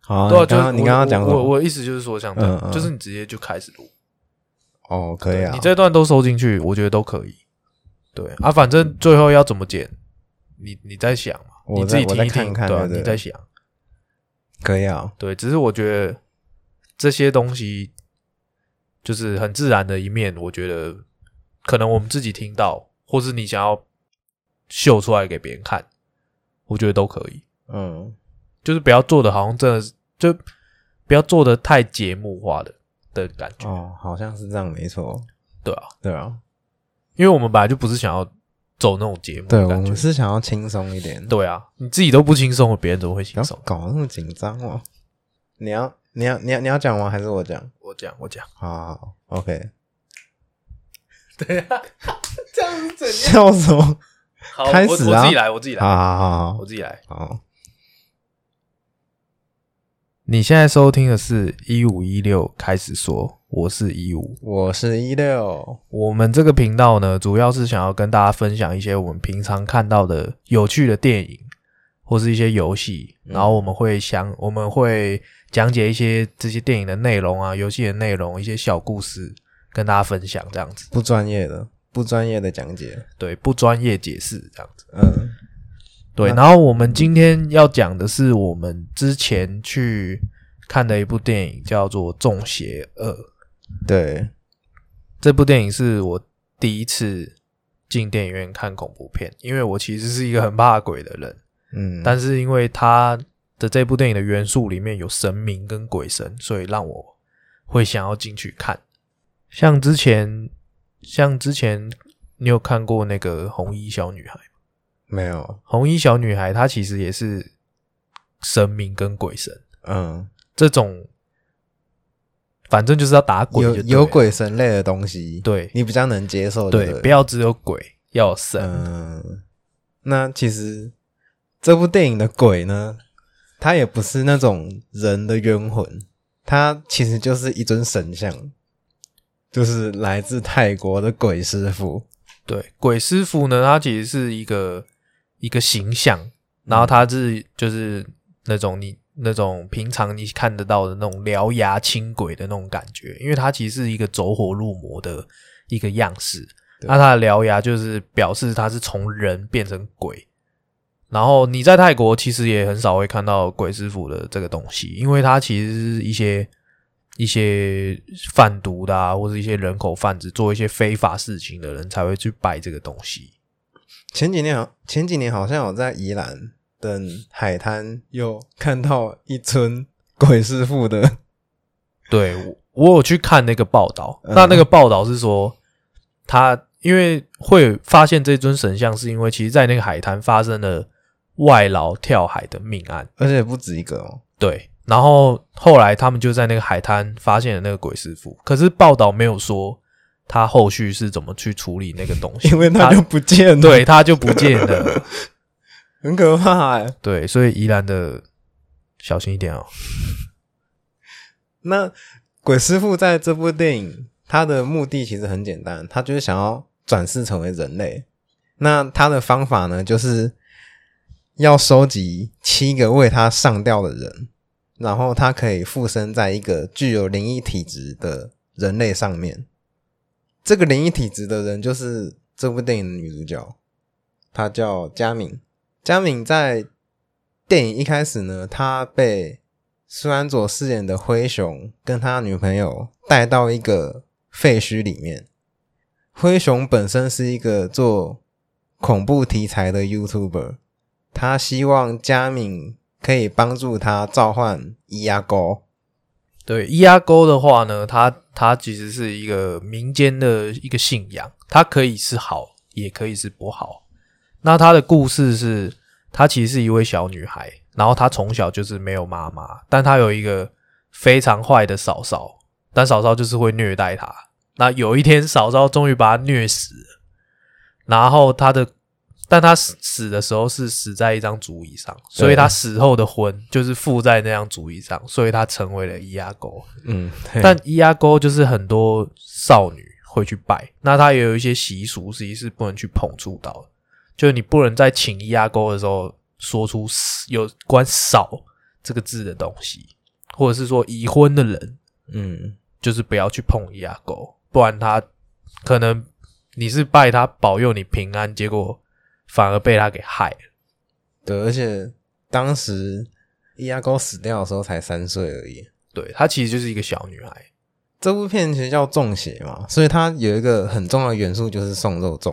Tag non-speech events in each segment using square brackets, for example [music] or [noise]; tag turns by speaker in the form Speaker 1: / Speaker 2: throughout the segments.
Speaker 1: 好，
Speaker 2: 对啊，
Speaker 1: 你刚刚哦
Speaker 2: 就是
Speaker 1: 你刚刚讲什
Speaker 2: 我我
Speaker 1: 么？
Speaker 2: 我意思就是说，像这
Speaker 1: 嗯
Speaker 2: 样，
Speaker 1: 嗯
Speaker 2: 就是你直接就开始录，
Speaker 1: 哦，可以啊
Speaker 2: 你，这段都收进去，我觉得都可以。对啊，反正最后要怎么剪，你你再想嘛，
Speaker 1: 我
Speaker 2: 你自己
Speaker 1: 再我
Speaker 2: 听一
Speaker 1: 再看
Speaker 2: 听，
Speaker 1: 看
Speaker 2: 对啊，
Speaker 1: 对对
Speaker 2: 你再想。
Speaker 1: 可以啊，
Speaker 2: 对，只是我觉得这些东西就是很自然的一面，我觉得可能我们自己听到，或是你想要秀出来给别人看，我觉得都可以。
Speaker 1: 嗯，
Speaker 2: 就是不要做的好像真的是就不要做的太节目化的的感觉，
Speaker 1: 哦，好像是这样，没错，
Speaker 2: 对啊，
Speaker 1: 对啊，
Speaker 2: 因为我们本来就不是想要走那种节目
Speaker 1: 对
Speaker 2: 的
Speaker 1: 我
Speaker 2: 感觉
Speaker 1: 们，是想要轻松一点，
Speaker 2: 对啊，你自己都不轻松了，别人怎么会
Speaker 1: 不
Speaker 2: 轻
Speaker 1: 要
Speaker 2: 松？
Speaker 1: 搞那么紧张哦。你要你要你要你要讲吗？还是我讲？
Speaker 2: 我讲，我讲，
Speaker 1: 好好好，OK， [laughs]
Speaker 2: 对啊，这样是怎
Speaker 1: 笑什么？
Speaker 2: 好，
Speaker 1: 开
Speaker 2: 我
Speaker 1: 始
Speaker 2: 我
Speaker 1: 啊
Speaker 2: 自己来，我自己来，
Speaker 1: 好好好好
Speaker 2: 我自己来。
Speaker 1: 好，
Speaker 2: 你现在收听的是一五一六开始说，我是一五。
Speaker 1: 我是一六，
Speaker 2: 我们这个频道呢，主要是想要跟大家分享一些我们平常看到的有趣的电影，或是一些游戏，
Speaker 1: 嗯
Speaker 2: 然后我们会想，我们会讲解一些这些电影的内容啊，游戏的内容，一些小故事跟大家分享，这样子，
Speaker 1: 不专业的，不专业的讲解，
Speaker 2: 对，不专业解释这样子，
Speaker 1: 嗯
Speaker 2: 对。然后我们今天要讲的是我们之前去看的一部电影，叫做《中邪二》。
Speaker 1: 对，
Speaker 2: 这部电影是我第一次进电影院看恐怖片，因为我其实是一个很怕鬼的人，
Speaker 1: 嗯，
Speaker 2: 但是因为它的这部电影的元素里面有神明跟鬼神，所以让我会想要进去看。像之前，像之前你有看过那个红衣小女孩吗？
Speaker 1: 没有，
Speaker 2: 红衣小女孩她其实也是神明跟鬼神
Speaker 1: 嗯，
Speaker 2: 这种，反正就是要打鬼
Speaker 1: 有
Speaker 2: 就对了
Speaker 1: 有鬼神类的东西，
Speaker 2: 对
Speaker 1: 你比较能接受，
Speaker 2: 对，
Speaker 1: 不
Speaker 2: 不要只有鬼，要有神。
Speaker 1: 嗯，那其实这部电影的鬼呢，它也不是那种人的冤魂，它其实就是一尊神像，就是来自泰国的鬼师傅。
Speaker 2: 对，鬼师傅呢，他其实是一个一个形象，然后他是就是那种你那种平常你看得到的那种獠牙轻鬼的那种感觉，因为他其实是一个走火入魔的一个样式。
Speaker 1: 对
Speaker 2: 那他的獠牙就是表示他是从人变成鬼。然后你在泰国其实也很少会看到鬼师傅的这个东西，因为它其实是一些一些贩毒的啊，或者一些人口贩子做一些非法事情的人才会去拜这个东西。
Speaker 1: 前几年好，前几年好像有在宜兰的海滩有看到一尊鬼师傅的，
Speaker 2: 对我，我有去看那个报道，
Speaker 1: 嗯
Speaker 2: 那那个报道是说他因为会发现这尊神像，是因为其实在那个海滩发生了外劳跳海的命案。
Speaker 1: 而且不止一个哦。
Speaker 2: 对，然后后来他们就在那个海滩发现了那个鬼师傅，可是报道没有说他后续是怎么去处理那个东西，
Speaker 1: 因为他就不见了，
Speaker 2: 对，他就不见了。
Speaker 1: 很可怕哎、
Speaker 2: 对，所以宜兰的小心一点哦。
Speaker 1: 那鬼师傅在这部电影，他的目的其实很简单，他就是想要转世成为人类。那他的方法呢，就是要收集七个为他上吊的人，然后他可以附身在一个具有灵异体质的人类上面。这个灵异体质的人就是这部电影的女主角，她叫佳敏。佳敏在电影一开始呢，她被苏安佐饰演的灰熊跟他女朋友带到一个废墟里面。灰熊本身是一个做恐怖题材的 YouTuber，他希望佳敏可以帮助他召唤伊牙沟。
Speaker 2: 对，，E 伊阿沟的话呢，它它其实是一个民间的一个信仰，它可以是好，也可以是不好。那它的故事是，她其实是一位小女孩，然后她从小就是没有妈妈，但她有一个非常坏的嫂嫂，但嫂嫂就是会虐待她。那有一天，嫂嫂终于把她虐死了，然后她的，但她死死的时候是死在一张竹椅上，所以
Speaker 1: 对
Speaker 2: 她死后的魂就是附在那张竹椅上，所以她成为了伊阿沟。
Speaker 1: 嗯，
Speaker 2: 但伊阿沟就是很多少女会去拜，那它也有一些习俗，其实是不能去碰触到的，就是你不能在请伊阿沟的时候说出有关“少”这个字的东西。或者是说已婚的人，
Speaker 1: 嗯，
Speaker 2: 就是不要去碰易牙沟，不然他可能你是拜他保佑你平安，结果反而被他给害了。
Speaker 1: 对，而且当时伊牙沟死掉的时候才三岁而已。
Speaker 2: 对，她其实就是一个小女孩。
Speaker 1: 这部片其实叫《中邪》嘛，所以它有一个很重要的元素就是送肉粽。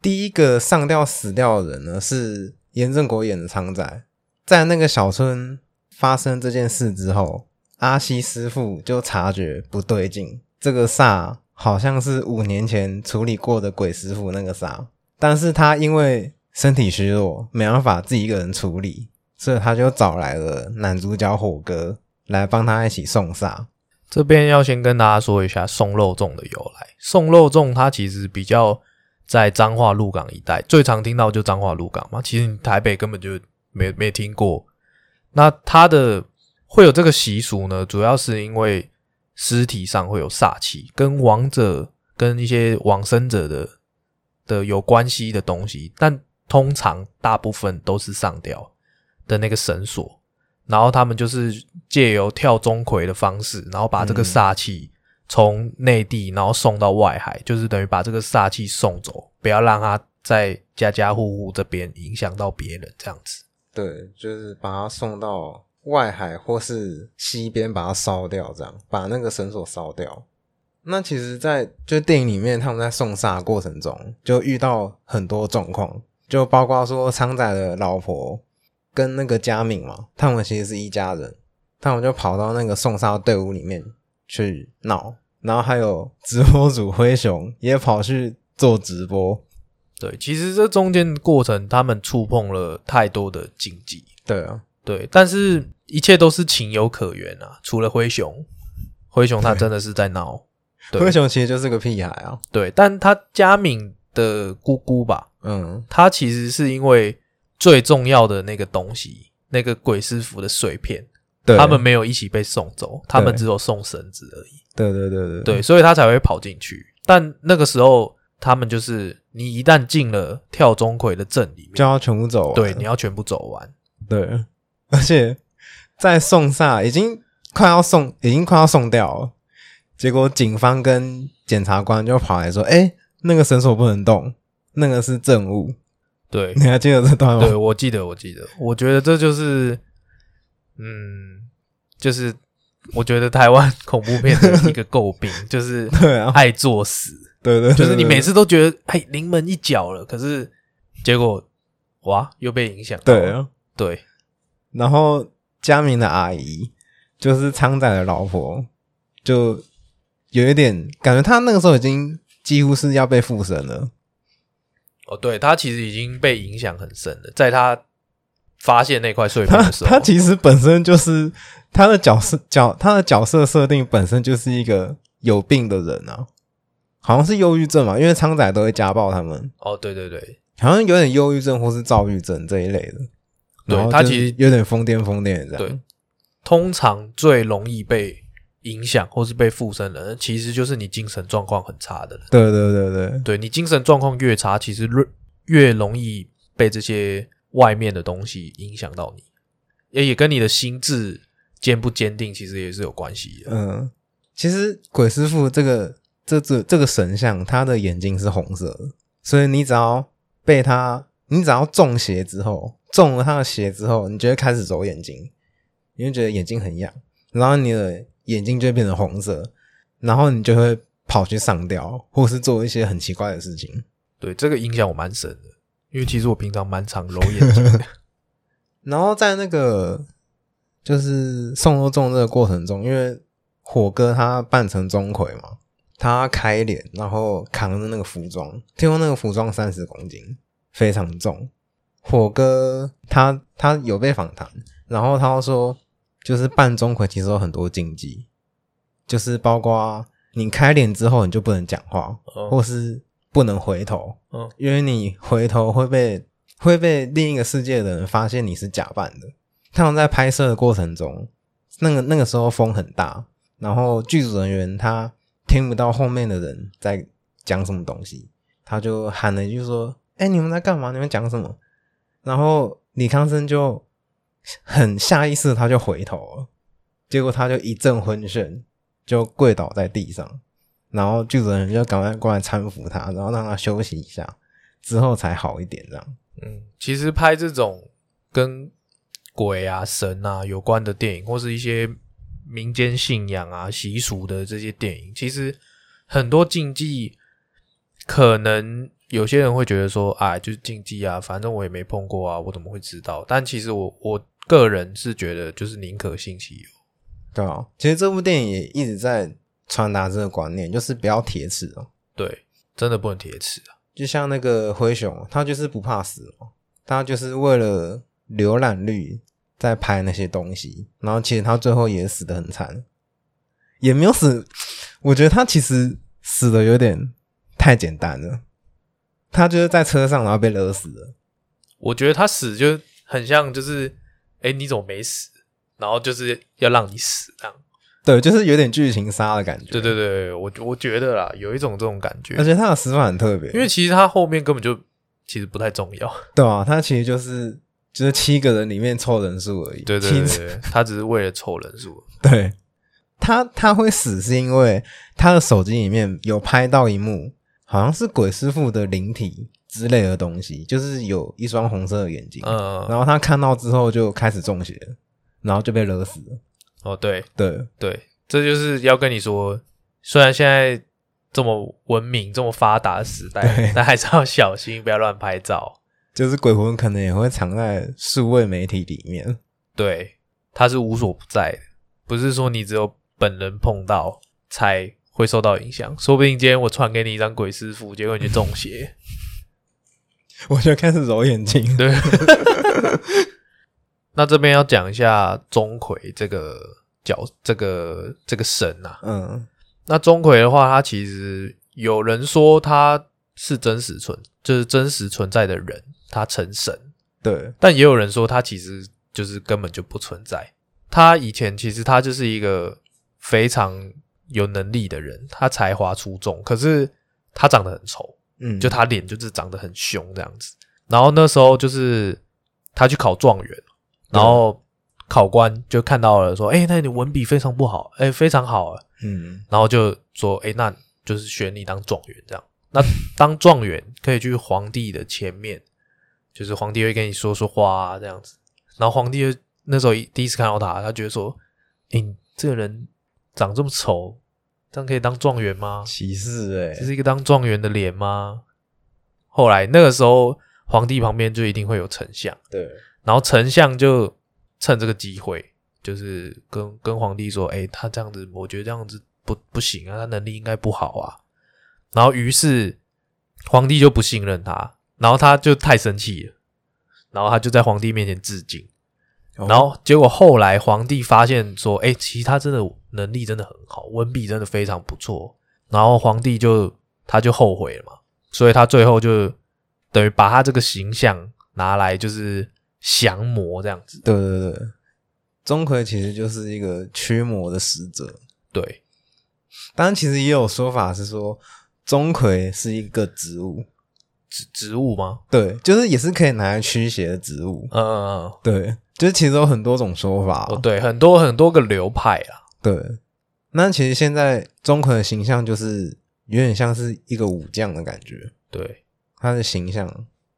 Speaker 1: 第一个上吊死掉的人呢是严正国演的昌仔，在那个小村发生这件事之后，阿西师傅就察觉不对劲，这个煞好像是五年前处理过的鬼师傅那个煞，但是他因为身体虚弱，没办法自己一个人处理，所以他就找来了男主角火哥来帮他一起送煞。
Speaker 2: 这边要先跟大家说一下送肉粽的由来。送肉粽它其实比较在彰化鹿港一带最常听到，就彰化鹿港嘛。其实你台北根本就没没听过。那它的会有这个习俗呢，主要是因为尸体上会有煞气，跟亡者跟一些往生者的的有关系的东西，但通常大部分都是上吊的那个绳索。然后他们就是借由跳钟馗的方式，然后把
Speaker 1: 嗯
Speaker 2: 这个煞气从内地，然后送到外海，就是等于把这个煞气送走，不要让它在家家户户这边影响到别人，这样子。
Speaker 1: 对，就是把它送到外海或是西边，把它烧掉，这样把那个绳索烧掉。那其实在，就电影里面，他们在送煞的过程中，就遇到很多状况，就包括说昌仔的老婆跟那个佳敏嘛，他们其实是一家人，他们就跑到那个送煞队伍里面去闹，然后还有直播主灰熊也跑去做直播，
Speaker 2: 对，其实这中间过程，他们触碰了太多的禁忌，
Speaker 1: 对啊，
Speaker 2: 对，但是一切都是情有可原啊。除了灰熊，灰熊他真的是在闹，对
Speaker 1: 灰熊其实就是个屁孩啊，
Speaker 2: 对，但他佳敏的姑姑吧，
Speaker 1: 嗯，
Speaker 2: 它其实是因为最重要的那个东西，那个鬼师傅的碎片，
Speaker 1: 对，
Speaker 2: 他们没有一起被送走，他们只有送绳子而已。
Speaker 1: 对对对对
Speaker 2: 对，所以他才会跑进去。但那个时候，他们就是你一旦进了跳钟馗的阵里
Speaker 1: 就
Speaker 2: 面，
Speaker 1: 要全部走完。
Speaker 2: 对，你要全部走完。
Speaker 1: 对， [laughs] 而且在送煞已经快要送，已经快要送掉了，结果警方跟检察官就跑来说：“哎、那个绳索不能动，那个是证物。”
Speaker 2: 对
Speaker 1: [laughs] 你，还记得这段
Speaker 2: 对
Speaker 1: 吗？
Speaker 2: 我记得，我记得，我觉得这就是，嗯，就是我觉得台湾恐怖片的一个诟病，就是
Speaker 1: [laughs] 对啊，
Speaker 2: 爱作死。
Speaker 1: 对对对
Speaker 2: [laughs] 就是你每
Speaker 1: 次
Speaker 2: 次都觉得哎临门一脚了，可是结果哇又被影响到
Speaker 1: 对
Speaker 2: 了。
Speaker 1: 啊。
Speaker 2: 对
Speaker 1: 然后佳明的阿姨就是昌仔的老婆，就有一点感觉，她那个时候已经几乎是要被附身了。
Speaker 2: 哦，对他其实已经被影响很深了，在他发现那块碎片
Speaker 1: 他
Speaker 2: 的时候，
Speaker 1: 他其实本身就是他的角色角他的角色设定本身就是一个有病的人啊，好像是忧郁症嘛，因为昌仔都会家暴他们，
Speaker 2: 哦对对对
Speaker 1: 好像有点忧郁症或是躁郁症这一类的。
Speaker 2: 对
Speaker 1: 然后
Speaker 2: 他
Speaker 1: 就
Speaker 2: 其实
Speaker 1: 有点疯癫疯癫的这样。
Speaker 2: 对，通常最容易被影响或是被附身的人，其实就是你精神状况很差的人。
Speaker 1: 对对对对对
Speaker 2: 对你精神状况越差，其实越越容易被这些外面的东西影响到你，也也跟你的心智坚不坚定其实也是有关系的。
Speaker 1: 嗯，其实鬼师傅这个这这这个神像，他的眼睛是红色的，所以你只要被他，你只要中邪之后，中了他的邪之后，你就会开始揉眼睛，你就觉得眼睛很痒，然后你的眼睛就会变成红色，然后你就会跑去上吊，或是做一些很奇怪的事情。
Speaker 2: 对，这个影响我蛮深的，因为其实我平常蛮常揉眼睛的。
Speaker 1: 然后在那个就是送肉粽这个过程中，因为火哥他扮成钟馗嘛，他开脸，然后扛着那个服装，听说那个服装三十公斤，非常重。火哥他他有被访谈，然后他说，就是扮钟馗其实有很多禁忌，就是包括你开脸之后你就不能讲话，或是不能回头，
Speaker 2: 嗯，
Speaker 1: 因为你回头会被会被另一个世界的人发现你是假扮的。他们在拍摄的过程中，那个那个时候风很大，然后剧组人员他听不到后面的人在讲什么东西，他就喊了一句说：“哎、你们在干嘛？你们讲什么？”然后李康生就很下意识，他就回头了，结果他就一阵昏眩，就跪倒在地上，然后剧组人就赶快过来搀扶他，然后让他休息一下，之后才好一点这样。
Speaker 2: 嗯，其实拍这种跟鬼啊、神啊有关的电影，或是一些民间信仰啊、习俗的这些电影，其实很多禁忌，可能有些人会觉得说，啊，就是禁忌啊，反正我也没碰过啊，我怎么会知道？但其实我我个人是觉得，就是宁可信其有。
Speaker 1: 对啊，其实这部电影也一直在传达这个观念，就是不要铁齿哦。
Speaker 2: 对，真的不能铁齿啊。
Speaker 1: 就像那个灰熊，他就是不怕死嘛，他就是为了浏览率在拍那些东西，然后其实他最后也死的很惨，也没有死，我觉得他其实死的有点太简单了，他就是在车上然后被勒死了，
Speaker 2: 我觉得他死就很像，就是，哎、你怎么没死？然后就是要让你死这样。
Speaker 1: 对，就是有点剧情杀的感觉，
Speaker 2: 对对对，我我觉得啦，有一种这种感觉
Speaker 1: 而，且他的死法很特别，
Speaker 2: 因为其实他后面根本就其实不太重要，
Speaker 1: 对啊，他其实就是就是七个人里面凑人数而已，
Speaker 2: 对对
Speaker 1: 七
Speaker 2: 对对，他只是为了凑人数，
Speaker 1: 对，他他会死是因为他的手机里面有拍到一幕，好像是鬼师傅的灵体之类的东西，就是有一双红色的眼睛，[laughs]
Speaker 2: 嗯，
Speaker 1: 然后他看到之后就开始中邪了，然后就被勒死了。
Speaker 2: 哦对
Speaker 1: 对
Speaker 2: 对，这就是要跟你说，虽然现在这么文明、这么发达的时代
Speaker 1: 对，
Speaker 2: 但还是要小心，不要乱拍照。
Speaker 1: 就是鬼魂可能也会藏在数位媒体里面， [laughs]
Speaker 2: 对，它是无所不在的，不是说你只有本人碰到才会受到影响，说不定今天我传给你一张鬼师傅，结果你就中邪。
Speaker 1: 我就开始揉眼睛。
Speaker 2: 对。那这边要讲一下钟馗这个角，这个这个神啊。
Speaker 1: 嗯，
Speaker 2: 那钟馗的话，他其实有人说他是真实存，就是真实存在的人，他成神，
Speaker 1: 对，
Speaker 2: 但也有人说他其实就是根本就不存在。他以前其实他就是一个非常有能力的人，他才华出众，可是他长得很丑，
Speaker 1: 嗯，
Speaker 2: 就他脸就是长得很凶这样子。然后那时候就是他去考状元，然后考官就看到了说：“哎、那你文笔非常不好，哎、非常好。”啊。
Speaker 1: 嗯”
Speaker 2: 然后就说：“哎、那就是选你当状元这样。那当状元可以去皇帝的前面，就是皇帝会跟你说说话、啊、这样子。然后皇帝就那时候一第一次看到他，他觉得说：“哎、你这个人长这么丑，这样可以当状
Speaker 1: [laughs]
Speaker 2: 元吗？”
Speaker 1: 歧视哎、
Speaker 2: 这是一个当状元的脸吗？后来那个时候，皇帝旁边就一定会有丞相，
Speaker 1: 对，
Speaker 2: 然后丞相就趁这个机会，就是跟跟皇帝说：“哎、他这样子，我觉得这样子不不行啊，他能力应该不好啊。”然后于是皇帝就不信任他，然后他就太生气了，然后他就在皇帝面前致敬。
Speaker 1: 然
Speaker 2: 然后结果后来皇帝发现说，哎、其实他真的能力真的很好，文笔真的非常不错。然后皇帝就他就后悔了嘛，所以他最后就等于把他这个形象拿来就是降魔这样子。
Speaker 1: 对对对，钟馗其实就是一个驱魔的使者，
Speaker 2: 对，
Speaker 1: 当然，其实也有说法是说，钟馗是一个植物，
Speaker 2: 植植物吗？
Speaker 1: 对，就是也是可以拿来驱邪的植物，
Speaker 2: 嗯嗯，嗯
Speaker 1: 对，就是其实有很多种说法，啊
Speaker 2: 哦对，很多很多个流派啊。
Speaker 1: 对。那其实现在钟馗的形象就是有点像是一个武将的感觉，
Speaker 2: 对，
Speaker 1: 他的形象，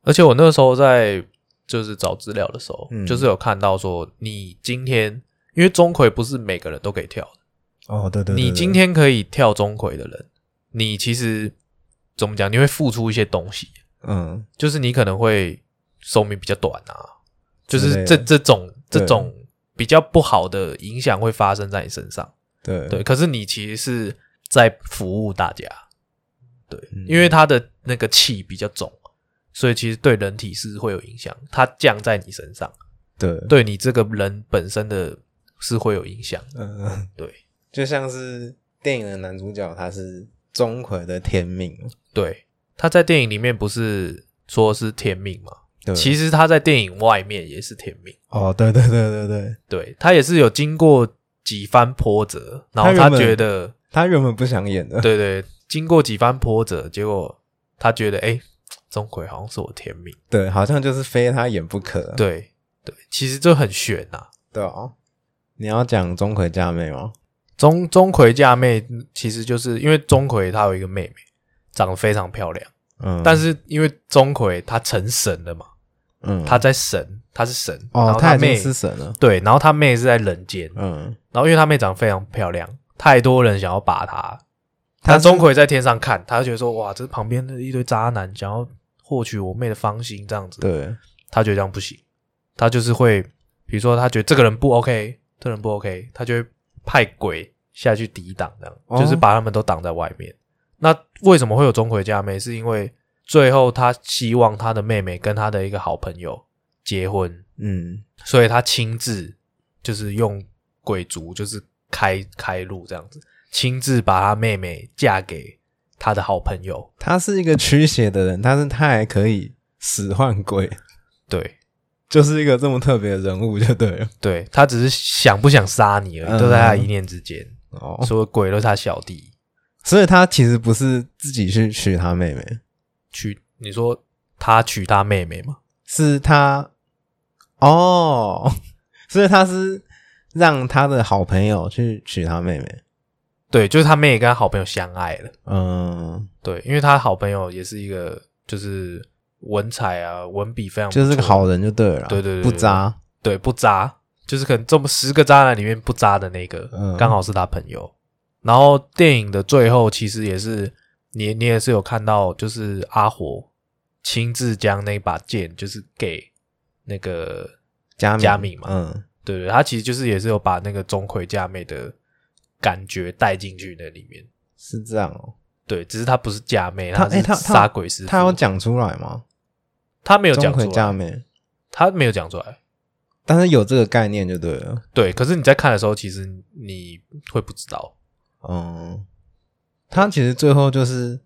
Speaker 2: 而且我那时候在就是找资料的时候，
Speaker 1: 嗯
Speaker 2: 就是有看到说，你今天因为钟馗不是每个人都可以跳的。
Speaker 1: 哦，对对
Speaker 2: 你今天可以跳钟馗的人，你其实怎么讲？你会付出一些东西，
Speaker 1: 嗯，
Speaker 2: 就是你可能会寿命比较短啊，就
Speaker 1: 之
Speaker 2: 是
Speaker 1: 类
Speaker 2: 这
Speaker 1: 的
Speaker 2: 这种
Speaker 1: 对
Speaker 2: 这种比较不好的影响会发生在你身上。
Speaker 1: 对
Speaker 2: 对，可是你其实是在服务大家，对，
Speaker 1: 嗯
Speaker 2: 因为他的那个气比较重，所以其实对人体是会有影响，它降在你身上，
Speaker 1: 对，
Speaker 2: 对你这个人本身的是会有影响的。
Speaker 1: 嗯、
Speaker 2: 对
Speaker 1: 就像是电影的男主角，他是钟馗的天命，
Speaker 2: 对，他在电影里面不是说是天命吗？
Speaker 1: 对，
Speaker 2: 其实他在电影外面也是天命，
Speaker 1: 哦，对对对对对，
Speaker 2: 对他也是有经过几番波折，然后
Speaker 1: 他
Speaker 2: 他
Speaker 1: 原本
Speaker 2: 觉得，
Speaker 1: 他原本不想演的，
Speaker 2: 对对，经过几番波折，结果他觉得，哎，钟馗好像是我天命，嗯
Speaker 1: 对，好像就是非他演不可，
Speaker 2: 啊对对，其实这很悬呐、
Speaker 1: 对哦，你要讲钟馗嫁妹吗？
Speaker 2: 钟钟馗嫁妹其实就是因为钟馗他有一个妹妹，长得非常漂亮，
Speaker 1: 嗯，
Speaker 2: 但是因为钟馗他成神了嘛，
Speaker 1: 嗯，
Speaker 2: 他在神，他是神，然
Speaker 1: 哦
Speaker 2: 后，
Speaker 1: 他已
Speaker 2: 妹
Speaker 1: 经是神了，
Speaker 2: 对，然后他妹是在人间，
Speaker 1: 嗯，
Speaker 2: 然后因为他妹长得非常漂亮，太多人想要把她，
Speaker 1: 他
Speaker 2: 但
Speaker 1: 是
Speaker 2: 钟馗在天上看，他就觉得说哇，这旁边的一堆渣男想要获取我妹的芳心，这样子，
Speaker 1: 对，
Speaker 2: 他觉得这样不行，他就是会，比如说他觉得这个人不 OK，这个人不 OK，他就会派鬼下去抵挡，这样、
Speaker 1: 哦
Speaker 2: 就是把他们都挡在外面。那为什么会有钟馗嫁妹？是因为最后他希望他的妹妹跟他的一个好朋友结婚，
Speaker 1: 嗯，
Speaker 2: 所以他亲自就是用鬼卒，就是开开路这样子，亲自把他妹妹嫁给他的好朋友。
Speaker 1: 他是一个驱邪的人，但是他还可以使唤鬼， [laughs]
Speaker 2: 对，
Speaker 1: 就是一个这么特别的人物，就对了。
Speaker 2: 对他只是想不想杀你而
Speaker 1: 嗯
Speaker 2: 已，都在他一念之间。
Speaker 1: 哦，
Speaker 2: 所有鬼都是他小弟
Speaker 1: 所以他其实不是自己去娶他妹妹，
Speaker 2: 娶。你说他娶他妹妹吗？
Speaker 1: 是他哦， [laughs] 所以他是让他的好朋友去娶他妹妹。
Speaker 2: 对，就是他妹也跟他好朋友相爱了。
Speaker 1: 嗯，
Speaker 2: 对，因为他好朋友也是一个就是文采啊，文笔非常不
Speaker 1: 就是个
Speaker 2: 错
Speaker 1: 好人就对了啦，
Speaker 2: 对对对对
Speaker 1: 不渣。
Speaker 2: 对，不渣，就是可能这么十个渣男里面不渣的那个，
Speaker 1: 嗯
Speaker 2: 刚好是他朋友。然后电影的最后其实也是你你也是有看到，就是阿火亲自将那把剑就是给那个
Speaker 1: 加
Speaker 2: 加冕嘛
Speaker 1: 嗯，
Speaker 2: 对对，他其实就是也是有把那个钟馗嫁妹的感觉带进去那里面。
Speaker 1: 是这样哦。
Speaker 2: 对，只是他不是嫁妹，
Speaker 1: 他
Speaker 2: 是
Speaker 1: 诶他他
Speaker 2: 杀鬼师傅。
Speaker 1: 他有讲出来吗？
Speaker 2: 他没有
Speaker 1: 钟
Speaker 2: 讲
Speaker 1: 馗
Speaker 2: 出
Speaker 1: 加
Speaker 2: 来，
Speaker 1: 冕，
Speaker 2: 他没有讲出来。
Speaker 1: 但是有这个概念就对了。
Speaker 2: 对，可是你在看的时候，其实你会不知道。
Speaker 1: 嗯，他其实最后就是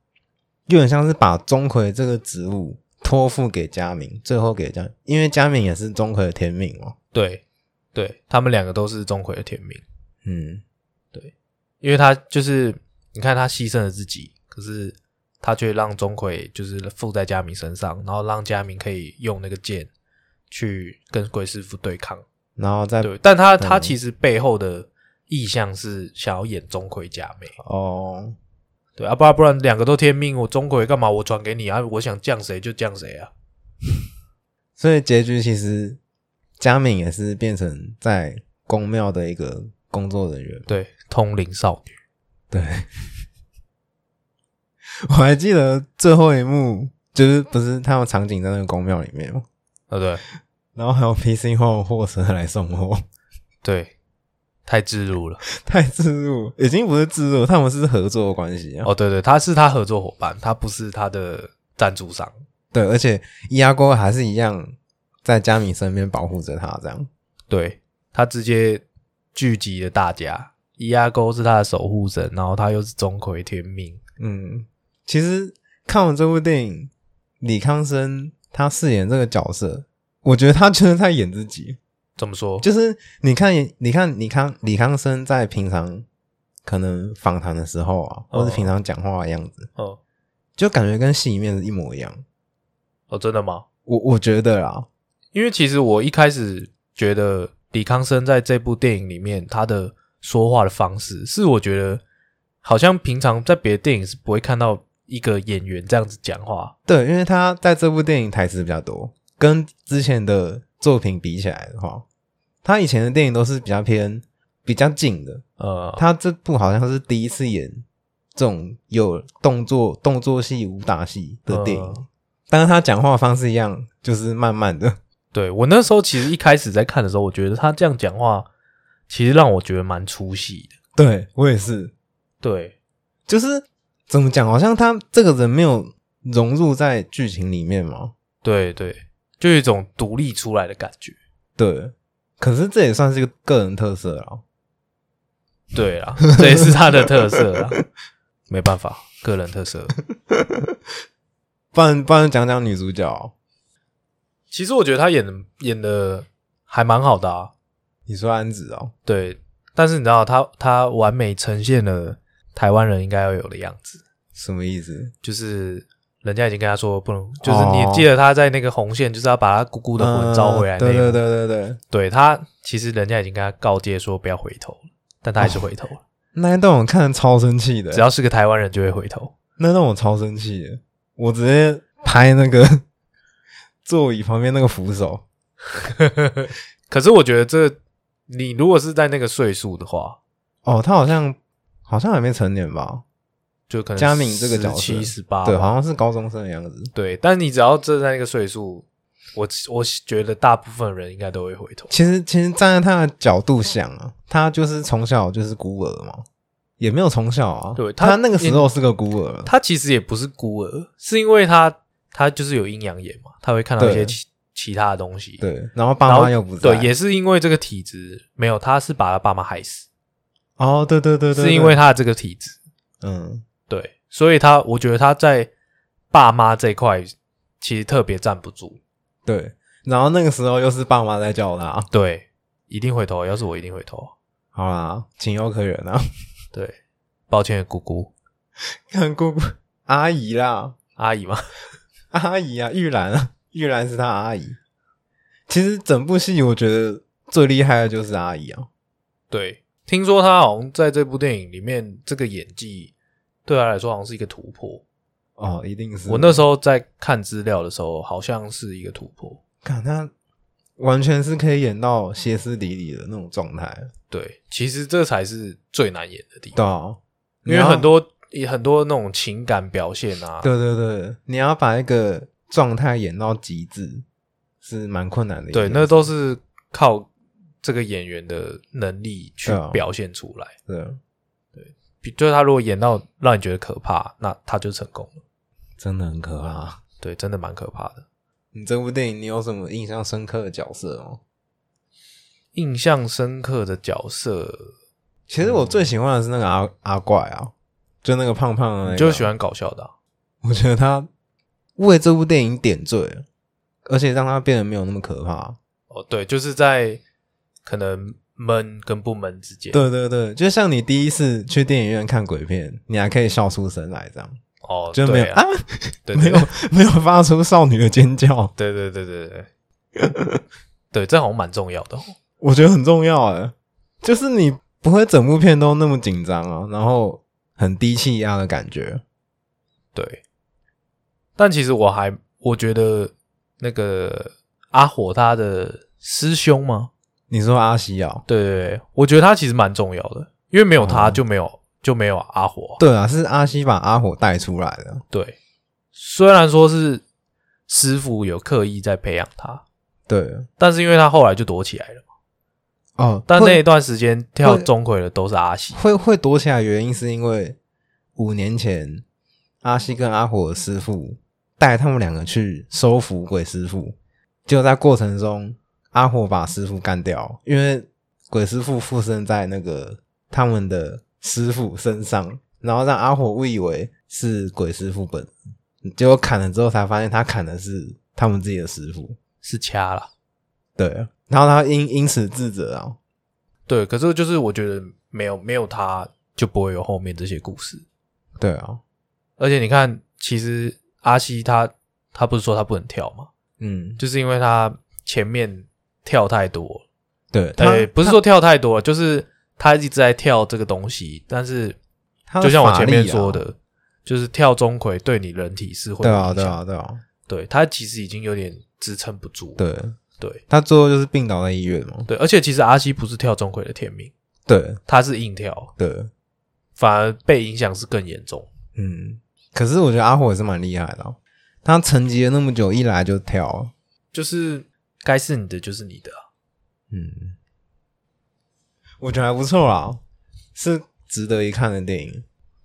Speaker 1: 有点像是把钟馗这个职务托付给佳明，最后给佳，因为佳明也是钟馗的天命哦。
Speaker 2: 对，对他们两个都是钟馗的天命，
Speaker 1: 嗯，
Speaker 2: 因为他就是你看他牺牲了自己，可是他却让钟馗就是附在佳明身上，然后让佳明可以用那个剑去跟鬼师傅对抗。
Speaker 1: 然后再
Speaker 2: 对，但他他
Speaker 1: 嗯
Speaker 2: 其实背后的意向是想要演钟馗假寐，
Speaker 1: 哦，
Speaker 2: 对啊，不然不然两个都天命，我钟馗干嘛？我传给你啊，我想降谁就降谁啊。
Speaker 1: 所以结局其实佳明也是变成在宫庙的一个工作人员。
Speaker 2: 对，通灵少女，
Speaker 1: 对， [laughs] 我还记得最后一幕就是不是他们场景在那个宫庙里面吗？
Speaker 2: 对啊不对？
Speaker 1: 然后还有 PC 货货车来送货。 [laughs]
Speaker 2: 对，太自入了。
Speaker 1: 太自入，已经不是自入，他们是合作关系啊。
Speaker 2: 哦，对对，他是他合作伙伴，他不是他的赞助商。
Speaker 1: 对，而且伊阿哥还是一样在佳明身边保护着他，这样。
Speaker 2: 对他直接聚集了大家，伊阿沟是他的守护神，然后他又是钟馗天命，
Speaker 1: 嗯，其实看完这部电影，李康生他饰演这个角色，我觉得他就是在演自己。
Speaker 2: 怎么说？
Speaker 1: 就是你看，你看，李康李康生在平常可能访谈的时候啊，或
Speaker 2: 哦
Speaker 1: 是平常讲话的样子，
Speaker 2: 哦
Speaker 1: 就感觉跟戏里面是一模一样。
Speaker 2: 哦，真的吗？
Speaker 1: 我我觉得啦，
Speaker 2: 因为其实我一开始觉得李康生在这部电影里面他的说话的方式，是我觉得好像平常在别的电影是不会看到一个演员这样子讲话。
Speaker 1: 对，因为他在这部电影台词比较多，跟之前的作品比起来的话，他以前的电影都是比较偏比较近的，
Speaker 2: 呃，
Speaker 1: 他这部好像是第一次演这种有动作动作戏、武打戏的电影，
Speaker 2: 嗯
Speaker 1: 但是他讲话的方式一样，就是慢慢的， [laughs]
Speaker 2: 对我那时候其实一开始在看的时候，我觉得他这样讲话，其实让我觉得蛮出戏的。
Speaker 1: 对我也是，
Speaker 2: 对，
Speaker 1: 就是怎么讲，好像他这个人没有融入在剧情里面嘛，
Speaker 2: 对对，就有一种独立出来的感觉。
Speaker 1: 对，可是这也算是一个个人特色了。
Speaker 2: 对啊，这也是他的特色啊，没办法，个人特色。
Speaker 1: 不然，不然讲讲女主角哦、
Speaker 2: 其实我觉得他演的演的还蛮好的啊，
Speaker 1: 你说安子哦，
Speaker 2: 对。但是你知道他，他完美呈现了台湾人应该要有的样子，
Speaker 1: 什么意思？
Speaker 2: 就是人家已经跟他说不能，就是
Speaker 1: 哦
Speaker 2: 你记得他在那个红线，就是要把他姑姑的魂召回来
Speaker 1: 嗯
Speaker 2: 那
Speaker 1: 对
Speaker 2: 一幕
Speaker 1: 对对对对，
Speaker 2: 对他其实人家已经跟他告诫说不要回头了，但他还是
Speaker 1: 哦
Speaker 2: 回头了。
Speaker 1: 那一段我看得超生气的，
Speaker 2: 只要是个台湾人就会回头。
Speaker 1: 那让我超生气的，我直接拍那个 [laughs] 座椅旁边那个扶手，
Speaker 2: 可是我觉得这你如果是在那个岁数的话，
Speaker 1: 哦，他好像好像还没成年吧？
Speaker 2: 就可能
Speaker 1: 嘉敏这个角色
Speaker 2: 七十八
Speaker 1: 对，好像是高中生的样子。
Speaker 2: 对，但你只要这在那个岁数，我我觉得大部分人应该都会回头。
Speaker 1: 其实，其实站在他的角度想啊，他就是从小就是孤儿嘛，也没有从小啊，
Speaker 2: 对
Speaker 1: 他
Speaker 2: 他
Speaker 1: 那个时候是个孤儿，
Speaker 2: 他其实也不是孤儿，是因为他他就是有阴阳眼嘛，他会看到一
Speaker 1: 对
Speaker 2: 些其其他的东西。，
Speaker 1: 对，然后
Speaker 2: 然
Speaker 1: 爸
Speaker 2: 后
Speaker 1: 妈又不在，
Speaker 2: 对，也是因为这个体质没有，他是把他爸妈害死，
Speaker 1: 哦，对对对对，
Speaker 2: 是因
Speaker 1: 对
Speaker 2: 为他的这个体质。
Speaker 1: 嗯，
Speaker 2: 对，所以他我觉得他在爸妈这块其实特别站不住。
Speaker 1: 对，然后那个时候又是爸妈在叫他，啊
Speaker 2: 对，一定会投。要是我一定会投。
Speaker 1: 好啦，情有可原啊， [laughs]
Speaker 2: 对，抱歉，姑姑
Speaker 1: 看姑姑阿姨啦，
Speaker 2: 阿姨嘛，
Speaker 1: 阿姨啊，玉兰啊，玉兰是他阿姨。其实整部戏我觉得最厉害的就是阿姨啊，
Speaker 2: 对，听说他好像在这部电影里面，这个演技对他来说好像是一个突破。
Speaker 1: 哦，一定是
Speaker 2: 我那时候在看资料的时候，好像是一个突破。
Speaker 1: 看他完全是可以演到歇斯底里的那种状态，
Speaker 2: 对，其实这才是最难演的地
Speaker 1: 对
Speaker 2: 方，
Speaker 1: 啊，
Speaker 2: 因为很多也很多那种情感表现啊
Speaker 1: 你要，对对对，你要把一个状态演到极致是蛮困难的一件
Speaker 2: 对，
Speaker 1: 事，
Speaker 2: 那都是靠这个演员的能力去
Speaker 1: 对啊
Speaker 2: 表现出来。
Speaker 1: 对，啊
Speaker 2: 比就是他如果演到让你觉得可怕，那他就成功了。
Speaker 1: 真的很可怕。
Speaker 2: 对，真的蛮可怕的。
Speaker 1: [laughs] 你这部电影你有什么印象深刻的角色吗？
Speaker 2: 印象深刻的角色，
Speaker 1: 其实我最喜欢的是那个阿阿怪啊，就那个胖胖的、那个，
Speaker 2: 你就喜欢搞笑的啊、
Speaker 1: 我觉得他为这部电影点缀了，而且让他变得没有那么可怕。
Speaker 2: 哦，对，就是在可能闷跟不闷之间。，
Speaker 1: 对对对，就像你第一次去电影院看鬼片，你还可以笑出声来，这样
Speaker 2: 哦，
Speaker 1: 就没有
Speaker 2: 对
Speaker 1: 啊 [laughs]
Speaker 2: 啊，对，
Speaker 1: 没
Speaker 2: 这
Speaker 1: 有
Speaker 2: 个
Speaker 1: 没有发出少女的尖叫，
Speaker 2: 对对对对对，对，这好像蛮重要的哦、
Speaker 1: 我觉得很重要哎。就是你不会整部片都那么紧张啊，然后很低气压的感觉。
Speaker 2: 对，但其实我还我觉得那个阿火他的师兄吗？
Speaker 1: 你说阿西啊？
Speaker 2: 对对对，我觉得他其实蛮重要的，因为没有他
Speaker 1: 哦
Speaker 2: 就没有、就没有阿火啊、
Speaker 1: 对啊，是阿西把阿火带出来的。
Speaker 2: 对，虽然说是师傅有刻意在培养他，
Speaker 1: 对，
Speaker 2: 但是因为他后来就躲起来了嘛。
Speaker 1: 哦，
Speaker 2: 但那
Speaker 1: 会
Speaker 2: 一段时间跳
Speaker 1: 会
Speaker 2: 钟馗的都是阿喜，
Speaker 1: 会会躲起来的原因是因为五年前阿西跟阿火的师傅带他们两个去收服鬼师傅，结果在过程中阿火把师傅干掉，因为鬼师傅附身在那个他们的师傅身上，然后让阿火误以为是鬼师傅本人，结果砍了之后才发现他砍的是他们自己的师傅，
Speaker 2: 是掐啦。
Speaker 1: 对，啊然后他因因此自责啊，
Speaker 2: 对，可是就是我觉得没有没有他就不会有后面这些故事。
Speaker 1: 对啊，
Speaker 2: 而且你看，其实阿西他他不是说他不能跳吗？
Speaker 1: 嗯，
Speaker 2: 就是因为他前面跳太多，
Speaker 1: 对，他
Speaker 2: 对，哎不是说跳太多了，就是他一直在跳这个东西，但是
Speaker 1: 他的
Speaker 2: 就像我
Speaker 1: 法
Speaker 2: 前
Speaker 1: 力
Speaker 2: 面
Speaker 1: 啊
Speaker 2: 说的，就是跳钟馗对你人体是会
Speaker 1: 对
Speaker 2: 有
Speaker 1: 啊，
Speaker 2: 影
Speaker 1: 对
Speaker 2: 响
Speaker 1: 啊，对啊，
Speaker 2: 对他其实已经有点支撑不住。
Speaker 1: 对
Speaker 2: 对
Speaker 1: 他最后就是病倒在医院嘛。
Speaker 2: 对，而且其实阿西不是跳钟馗的天命，
Speaker 1: 对
Speaker 2: 他是硬跳，
Speaker 1: 对，
Speaker 2: 反而被影响是更严重。
Speaker 1: 嗯。可是我觉得阿火也是蛮厉害的哦、他沉寂了那么久，一来就跳啊了，
Speaker 2: 就是该是你的就是你的啊、
Speaker 1: 嗯，我觉得还不错啦，是值得一看的电影。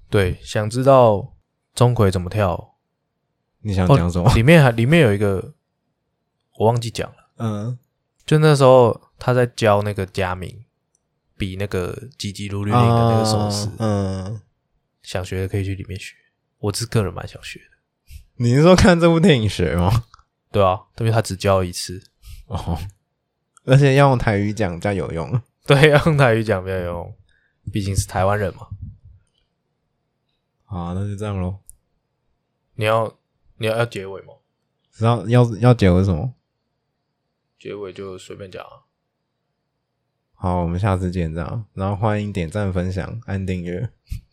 Speaker 2: 对，想知道钟馗怎么跳？
Speaker 1: 你想
Speaker 2: 哦
Speaker 1: 讲什么？
Speaker 2: 里面还里面有一个我忘记讲了，
Speaker 1: 嗯，
Speaker 2: 就那时候他在教那个佳明比那个吉吉鲁律令的那个手势，
Speaker 1: 啊嗯，
Speaker 2: 想学的可以去里面学。我是个人蛮想学的，
Speaker 1: 你是说看这部电影学吗？
Speaker 2: 对啊，因为他只教一次， [laughs]
Speaker 1: 哦，而且要用台语讲比较有用。
Speaker 2: 对，要用台语讲比较有用，毕竟是台湾人嘛。
Speaker 1: 好，那就这样喽。
Speaker 2: 你要你要要结尾吗？
Speaker 1: 然后要要结尾是什么？
Speaker 2: 结尾就随便讲啊。
Speaker 1: 好，我们下次见，这样。然后欢迎点赞、分享、按订阅。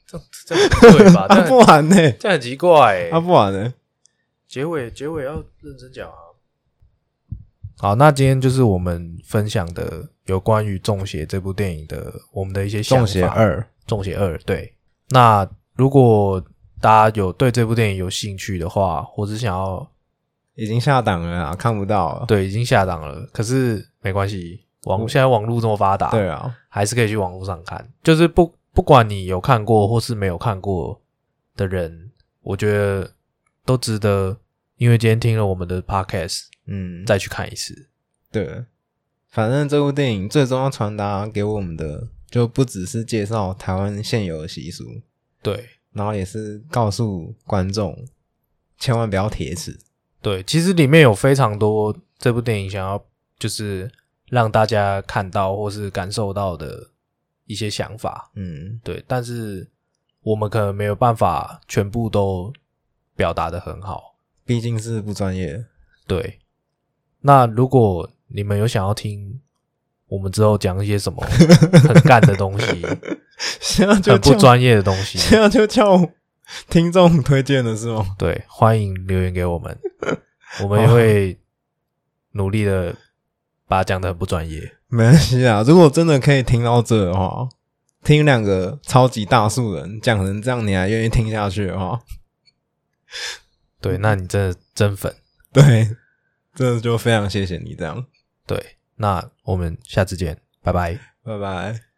Speaker 2: 这这样不对
Speaker 1: [laughs]
Speaker 2: 吧？这
Speaker 1: 啊，
Speaker 2: 样
Speaker 1: 不玩呢、
Speaker 2: 这样很奇怪、欸。
Speaker 1: 啊，不玩呢、
Speaker 2: 结尾结尾要认真讲啊。好，那今天就是我们分享的有关于《中邪》这部电影的我们的一些想
Speaker 1: 中
Speaker 2: 法。
Speaker 1: 邪，二，
Speaker 2: 中邪二，对。那如果大家有对这部电影有兴趣的话，或者想
Speaker 1: 哦
Speaker 2: 要
Speaker 1: 已经下档了啊，看不到了。
Speaker 2: 对已经下档了，可是没关系，网现在网络这么发达，
Speaker 1: 嗯对啊，
Speaker 2: 还是可以去网络上看。就是不不管你有看过或是没有看过的人，我觉得都值得，因为今天听了我们的 podcast
Speaker 1: 嗯，
Speaker 2: 再去看一次。
Speaker 1: 对，反正这部电影最终要传达给我们的，就不只是介绍台湾现有的习俗，
Speaker 2: 对
Speaker 1: 然后也是告诉观众，千万不要铁齿。
Speaker 2: 对，其实里面有非常多这部电影想要就是让大家看到或是感受到的一些想法，
Speaker 1: 嗯，
Speaker 2: 对，但是我们可能没有办法全部都表达的很好。
Speaker 1: 毕竟是不专业。 [laughs]
Speaker 2: 对，那如果你们有想要听我们之后讲一些什么很干的东
Speaker 1: [laughs]
Speaker 2: 西、
Speaker 1: 现在就
Speaker 2: 很不
Speaker 1: 叫，
Speaker 2: 专业的东西，
Speaker 1: 现在就叫听众推荐的是吗？
Speaker 2: 对，欢迎留言给我们，我们也会努力的把它讲的很不专业。
Speaker 1: 没关系啊，如果真的可以听到这的话，听两个超级大素人讲成这样，你还愿意听下去的话，
Speaker 2: 对，那你真的真粉。
Speaker 1: 对，真的就非常谢谢你这样，
Speaker 2: 对，那我们下次见，拜拜。
Speaker 1: 拜拜。